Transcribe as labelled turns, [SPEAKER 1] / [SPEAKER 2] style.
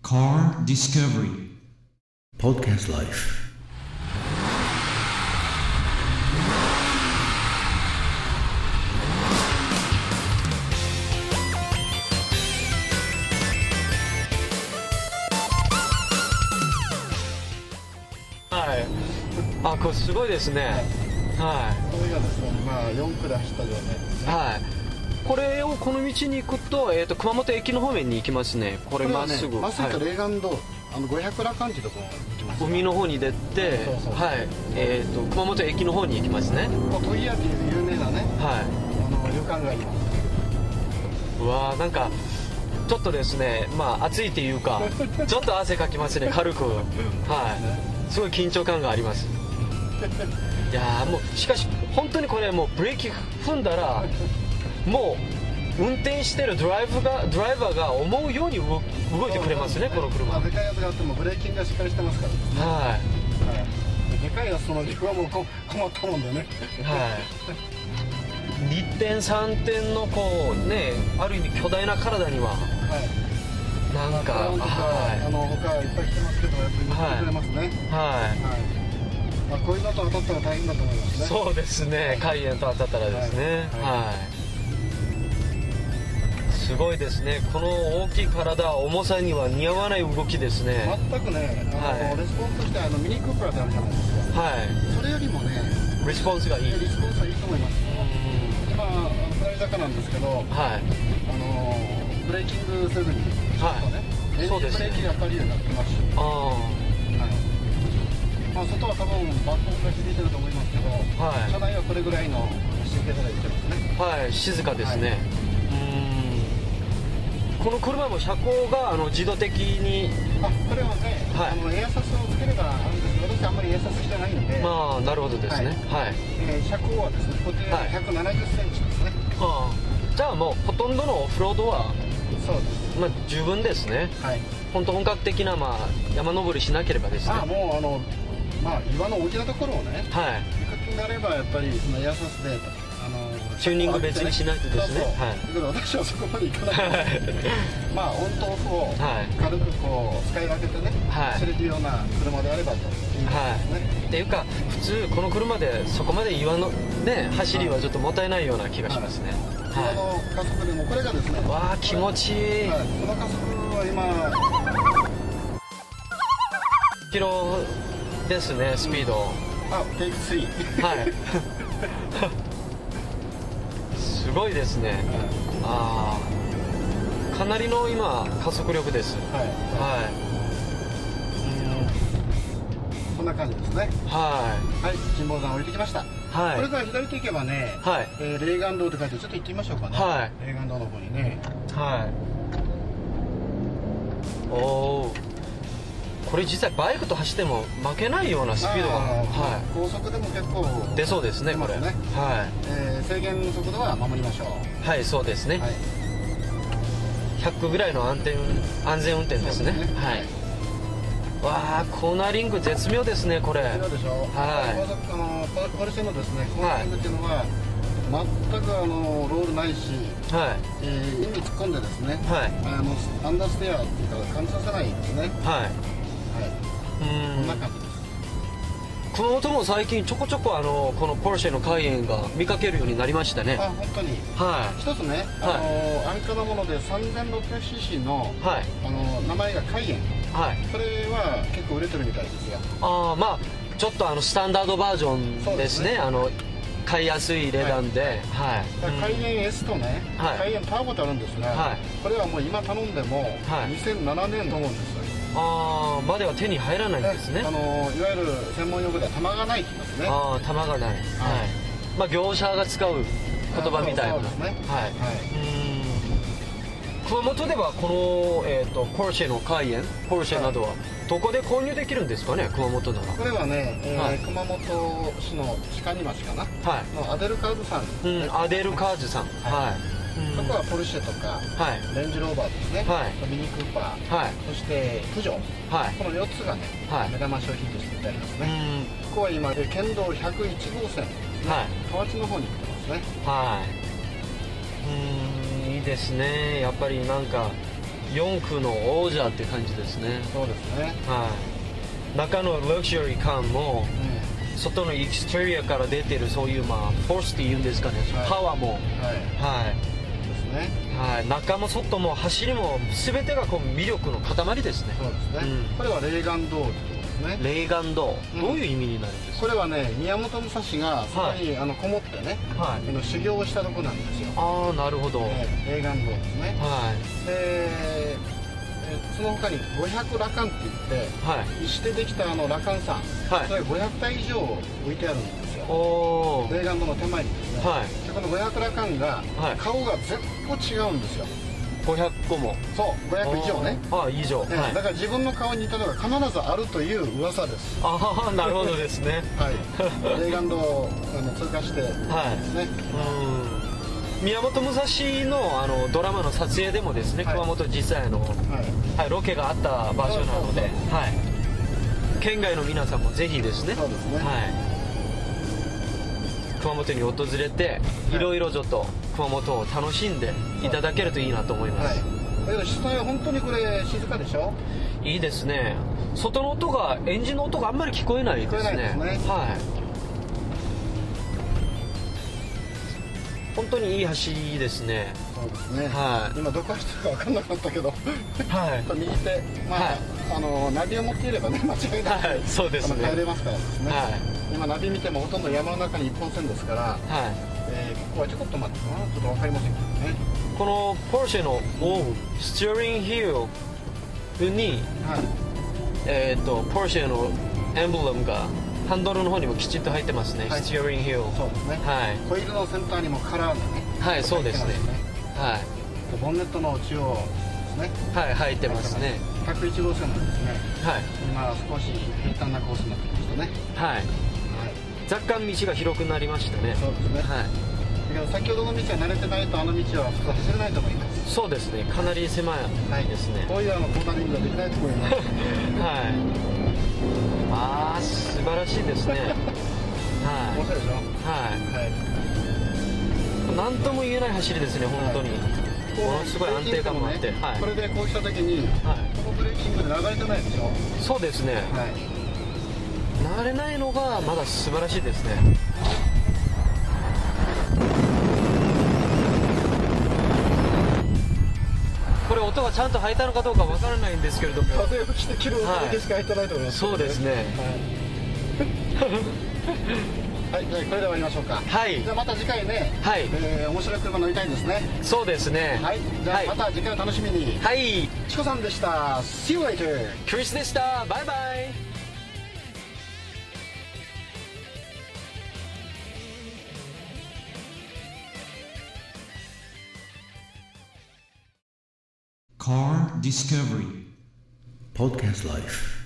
[SPEAKER 1] Car Discovery
[SPEAKER 2] Podcast Life.
[SPEAKER 3] はい。あ、これすごいですね。は
[SPEAKER 4] これがですね、まあ、4区で走った状態です
[SPEAKER 3] い。
[SPEAKER 4] ね。
[SPEAKER 3] はい。これをこの道に行くと、えっ、と、熊本駅の方面に行きますね。こ
[SPEAKER 4] こ
[SPEAKER 3] れまっすぐ。
[SPEAKER 4] まっすぐ
[SPEAKER 3] は
[SPEAKER 4] と
[SPEAKER 3] い
[SPEAKER 4] 霊岸道、あの500羅漢っていうところに行きます。
[SPEAKER 3] 海の方に出て、
[SPEAKER 4] そうそう
[SPEAKER 3] はい。えっ、と、熊本駅の方に行きますね。
[SPEAKER 4] まあ、問屋っていう有名なね、
[SPEAKER 3] は
[SPEAKER 4] あの旅館があります。
[SPEAKER 3] い。うわー、なんか、ちょっとですね、まあ、暑いっていうか、ちょっと汗かきますね、 軽く。はい。すごい緊張感があります。いやーもうしかし本当にこれもうブレーキ踏んだらもう運転してるドライブがドライバーが思うように動動いてくれますねこの車
[SPEAKER 4] まあ
[SPEAKER 3] は
[SPEAKER 4] でかいやつがあってもブレーキングがしっかりしてますからですね。はい。でかいやつその軸はもうこ 困ったもんでね。
[SPEAKER 3] いはい2点3点のこうねある意味巨大な体には
[SPEAKER 4] はい。
[SPEAKER 3] なんか
[SPEAKER 4] クラウンとか、あ
[SPEAKER 3] は
[SPEAKER 4] の他いっぱい来てますけど、やっぱり乗ってくれますね。はい。
[SPEAKER 3] いは
[SPEAKER 4] まあ、こういうのと当たったら大変だと思いま
[SPEAKER 3] い
[SPEAKER 4] すね。
[SPEAKER 3] そうですね海縁と当たったらですね
[SPEAKER 4] はい
[SPEAKER 3] はいすごいですねこの大きい体重さには似合わない動きですね
[SPEAKER 4] 全くね、あの、
[SPEAKER 3] はい
[SPEAKER 4] レスポンスとしてあのミニクーパーってあるじゃないですか。
[SPEAKER 3] は
[SPEAKER 4] それよりもね、
[SPEAKER 3] い、レスポンスがいい。
[SPEAKER 4] リスポンスはいいと思います。今、あの下り坂なんですけど、
[SPEAKER 3] はい、
[SPEAKER 4] あのーブレーキングせずに、
[SPEAKER 3] は
[SPEAKER 4] ちょっとね、エンジン
[SPEAKER 3] そうです
[SPEAKER 4] ブ
[SPEAKER 3] ね
[SPEAKER 4] レーキがかかるようになってきまし
[SPEAKER 3] い、あ
[SPEAKER 4] た、はいまあ、外は多分、バッコンが響いてると思いますけど、
[SPEAKER 3] はい
[SPEAKER 4] 車内はこれぐらいの神経差でいってますね。
[SPEAKER 3] あ、はい、静かですね。うーん。この車も車高があの自動的に、
[SPEAKER 4] あこれはね、
[SPEAKER 3] はい
[SPEAKER 4] あのエアサスをつければあるんですけど、私、あんまりエアサスしてないんで、
[SPEAKER 3] まあなるほどですね。はい。
[SPEAKER 4] えー車高はですね、こちら
[SPEAKER 3] はい
[SPEAKER 4] 170センチですね、
[SPEAKER 3] ああ、じゃあもうほとんどのオフロードは
[SPEAKER 4] そうです。
[SPEAKER 3] まあ十分ですね。
[SPEAKER 4] はい
[SPEAKER 3] 本当本格的なまあ山登りしなければですね。
[SPEAKER 4] あ
[SPEAKER 3] はい。
[SPEAKER 4] もうあの、まあ、岩の大きなところをね、行く気になればやっぱりそのエアサスで、あの
[SPEAKER 3] チューニング別にしないとですね
[SPEAKER 4] そうそう
[SPEAKER 3] はい
[SPEAKER 4] だけど私はそこまで行かない。まあオンとオフを
[SPEAKER 3] はい
[SPEAKER 4] 軽くこう使い分けてね、
[SPEAKER 3] はい
[SPEAKER 4] 知れるような車であればということですね。
[SPEAKER 3] っていうか普通この車でそこまで岩のね走りはちょっともったいないような気がしますね。
[SPEAKER 4] こ
[SPEAKER 3] はい。
[SPEAKER 4] の加速でもこれがですね。
[SPEAKER 3] わあ気持ちいい
[SPEAKER 4] はいこの加速は今
[SPEAKER 3] キロですねスピード、
[SPEAKER 4] あテイク3。
[SPEAKER 3] はいすごいですねああかなりの今加速力です
[SPEAKER 4] はい。
[SPEAKER 3] はい
[SPEAKER 4] こんな感じですね。
[SPEAKER 3] うんは
[SPEAKER 4] はい金峰山降りてきました。
[SPEAKER 3] はい
[SPEAKER 4] これから左手行けばね。
[SPEAKER 3] はい
[SPEAKER 4] えー霊岩道って書いてちょっと行ってみましょうかね。
[SPEAKER 3] は
[SPEAKER 4] 霊岩道の方にね。
[SPEAKER 3] いはいおおこれ実際バイクと走っても負けないようなスピードが
[SPEAKER 4] あ
[SPEAKER 3] は
[SPEAKER 4] 高速でも結構
[SPEAKER 3] い出そうですねこれ
[SPEAKER 4] 出ますね
[SPEAKER 3] は
[SPEAKER 4] えー制限の速度は守りましょう、
[SPEAKER 3] いはいそうですね、
[SPEAKER 4] はい、
[SPEAKER 3] 100ぐらいの安全安全運転ですね
[SPEAKER 4] そうですね
[SPEAKER 3] はいわあコーナーリング絶妙ですねこれ
[SPEAKER 4] そうでしょ
[SPEAKER 3] はい
[SPEAKER 4] 高速あのパパルシェのですねコ
[SPEAKER 3] は
[SPEAKER 4] ー
[SPEAKER 3] い
[SPEAKER 4] ティングっていうのは、全くあのロールないし、
[SPEAKER 3] は
[SPEAKER 4] えー、インに突っ込んでですね、
[SPEAKER 3] はい
[SPEAKER 4] あのアンダーステアっていうか感じさせないですね、はい
[SPEAKER 3] いはい、
[SPEAKER 4] こん
[SPEAKER 3] う
[SPEAKER 4] なん感じです
[SPEAKER 3] 熊本も最近ちょこちょこあのこのポルシェのカイエンが見かけるようになりましたね
[SPEAKER 4] あ本当に
[SPEAKER 3] は
[SPEAKER 4] 一つね、あの安価なもので 3600cc の
[SPEAKER 3] い、はい
[SPEAKER 4] あの名前がカイエン
[SPEAKER 3] はい
[SPEAKER 4] それは結構売れてるみたいですよ
[SPEAKER 3] ああまあちょっとあのスタンダードバージョン
[SPEAKER 4] そう
[SPEAKER 3] で
[SPEAKER 4] ですす
[SPEAKER 3] ね
[SPEAKER 4] ね
[SPEAKER 3] あの買いやすい値段ではい、
[SPEAKER 4] だか
[SPEAKER 3] う
[SPEAKER 4] ら海縁 S とね、
[SPEAKER 3] はい
[SPEAKER 4] 海縁ターボってあるんですが、
[SPEAKER 3] はい
[SPEAKER 4] これはもう今頼んでも
[SPEAKER 3] はい
[SPEAKER 4] 2007年と思うんですよ、
[SPEAKER 3] んああまでは手に入らないんですね
[SPEAKER 4] あのいわゆる専門用語では玉がないって言いますね
[SPEAKER 3] ああ玉がない、はいまあ業者が使う言葉みたいな、
[SPEAKER 4] そうですね
[SPEAKER 3] はい、
[SPEAKER 4] は
[SPEAKER 3] うん熊本ではこの、えー、とポルシェのカイエンポルシェなどはどこで購入できるんですかね熊本なら
[SPEAKER 4] これはね、えー
[SPEAKER 3] はい
[SPEAKER 4] 熊本市の鹿に町かな
[SPEAKER 3] は
[SPEAKER 4] のアデルカーズさん、
[SPEAKER 3] い、うん、アデル・カーズさんは、
[SPEAKER 4] はい
[SPEAKER 3] うん
[SPEAKER 4] そこはポルシェとか
[SPEAKER 3] はい
[SPEAKER 4] レンジローバーですね、
[SPEAKER 3] はい
[SPEAKER 4] ミニクーパー
[SPEAKER 3] はい
[SPEAKER 4] そしてプジョー
[SPEAKER 3] はい
[SPEAKER 4] この4つがね、
[SPEAKER 3] はい
[SPEAKER 4] 目玉商品として売ってあります
[SPEAKER 3] う
[SPEAKER 4] ね、
[SPEAKER 3] ん
[SPEAKER 4] ここは今で県道101号線
[SPEAKER 3] はい
[SPEAKER 4] 河内の方に行ってますね
[SPEAKER 3] はいうんいいですねやっぱりなんか4区の王者って感じですね、
[SPEAKER 4] そうですね、
[SPEAKER 3] はい、中のラグジュアリー感も外のエクステリアから出てるそういうまあフォースっていうんですかね、
[SPEAKER 4] はい
[SPEAKER 3] パワーも、
[SPEAKER 4] うんはい
[SPEAKER 3] は
[SPEAKER 4] ですね
[SPEAKER 3] いはい、中も外も走りも全てがこう魅力の塊ですね
[SPEAKER 4] そうですね、
[SPEAKER 3] うん
[SPEAKER 4] これは霊岩洞ってことですね
[SPEAKER 3] 霊岩道、
[SPEAKER 4] うん
[SPEAKER 3] どういう意味になるんですか
[SPEAKER 4] これはね宮本武蔵がそこに、あのこもってね、
[SPEAKER 3] はい
[SPEAKER 4] あの修行をしたとこなんですよ、
[SPEAKER 3] ああなるほど、
[SPEAKER 4] えー霊岩洞ですね
[SPEAKER 3] はい
[SPEAKER 4] で、えーその他に500羅漢って言って
[SPEAKER 3] はい
[SPEAKER 4] 石でできたあの羅漢さん、
[SPEAKER 3] はい
[SPEAKER 4] それ500体以上置いてあるんですよ
[SPEAKER 3] おお
[SPEAKER 4] 霊岩洞の手前にですね、
[SPEAKER 3] はい
[SPEAKER 4] でこの500羅漢が、
[SPEAKER 3] はい
[SPEAKER 4] 顔が全部違うんですよ
[SPEAKER 3] 500個も
[SPEAKER 4] そう500以上ね
[SPEAKER 3] あーあー以上、
[SPEAKER 4] えー
[SPEAKER 3] はい
[SPEAKER 4] だから自分の顔に似たのが必ずあるという噂です
[SPEAKER 3] ああなるほどですね
[SPEAKER 4] はい、 霊岩洞をあの通過してですね、
[SPEAKER 3] はいうん宮本武蔵のあのドラマの撮影でもですね、
[SPEAKER 4] はい
[SPEAKER 3] 熊本実際の、
[SPEAKER 4] はい、
[SPEAKER 3] はい、ロケがあった場所なので
[SPEAKER 4] そうそう
[SPEAKER 3] はい、県外の皆さんもぜひですね
[SPEAKER 4] そうですね
[SPEAKER 3] はい、熊本に訪れて、
[SPEAKER 4] はい
[SPEAKER 3] いろいろちょっと熊本を楽しんでいただけるといいなと思います、
[SPEAKER 4] はい、だけど室内は本当にこれ静かでしょ
[SPEAKER 3] い、いですね外の音がエンジンの音があんまり聞こえないですね
[SPEAKER 4] 聞こえないですね
[SPEAKER 3] はい本当にいい走りですね
[SPEAKER 4] そうですね、
[SPEAKER 3] はい
[SPEAKER 4] 今どこ走ってるか分かんなかったけど、
[SPEAKER 3] はい
[SPEAKER 4] やっぱ 右手まあ、
[SPEAKER 3] はい
[SPEAKER 4] あのナビを持っていればね 間違いなく、
[SPEAKER 3] はいそうですね
[SPEAKER 4] あの帰れますからですね、
[SPEAKER 3] は
[SPEAKER 4] 今ナビ見てもほとんど山の中に一本線ですから、
[SPEAKER 3] は
[SPEAKER 4] えーここはちょこっと待ってかなちょっと分かりませんけどね
[SPEAKER 3] いこのポルシェのオウスチューリングヒールに
[SPEAKER 4] はい
[SPEAKER 3] えー、とポルシェのエンブレムがハンドルの方にもきちんと入ってますね、
[SPEAKER 4] はい
[SPEAKER 3] スチューリングヒール
[SPEAKER 4] そうですね、
[SPEAKER 3] はい
[SPEAKER 4] ホイールのセンターにもカラーがね
[SPEAKER 3] はいそうですね
[SPEAKER 4] 入ってます
[SPEAKER 3] は
[SPEAKER 4] でボンネットの中央ですね
[SPEAKER 3] い、はい、入ってますね
[SPEAKER 4] 101号線なんですね
[SPEAKER 3] はい
[SPEAKER 4] 今少し平坦なコースになってきましたね
[SPEAKER 3] はい
[SPEAKER 4] はい
[SPEAKER 3] 若干道が広くなりましたね
[SPEAKER 4] そうです
[SPEAKER 3] はい、
[SPEAKER 4] ねだけど先ほどの道は慣れてないとあの道は普通走れないと思います
[SPEAKER 3] そうですねかなり狭いですね
[SPEAKER 4] こういうあのコーナリングができないと思い ます
[SPEAKER 3] はいあー素晴らしい ですね
[SPEAKER 4] 面
[SPEAKER 3] は
[SPEAKER 4] 白いでし
[SPEAKER 3] い、はい
[SPEAKER 4] ょはい
[SPEAKER 3] い、なんとも言えない走りですね本当に、ものすごい安定感もあって、
[SPEAKER 4] こう
[SPEAKER 3] は
[SPEAKER 4] これ
[SPEAKER 3] い、
[SPEAKER 4] でこうした時に、
[SPEAKER 3] はい
[SPEAKER 4] このブレーキングで流れてないでしょ
[SPEAKER 3] そうですね、
[SPEAKER 4] はい
[SPEAKER 3] 慣れないのがまだ素晴らしいですねこれ音がちゃんと入ったのかどうかわからないんですけれども
[SPEAKER 4] 風を吹きて切る音だけしか入ってないと思います、
[SPEAKER 3] そうですね
[SPEAKER 4] はい、じゃあこれで終わりましょうか
[SPEAKER 3] はい
[SPEAKER 4] じゃあまた次回ね
[SPEAKER 3] はい
[SPEAKER 4] えー面白い車乗りたいんですね
[SPEAKER 3] そうですね
[SPEAKER 4] はいじゃ
[SPEAKER 3] は
[SPEAKER 4] あ
[SPEAKER 3] い
[SPEAKER 4] また次回を楽しみに
[SPEAKER 3] はい
[SPEAKER 4] チコさんでした See you later
[SPEAKER 3] クリスでしたバイバイ
[SPEAKER 1] Car Discovery.
[SPEAKER 2] Podcast Life.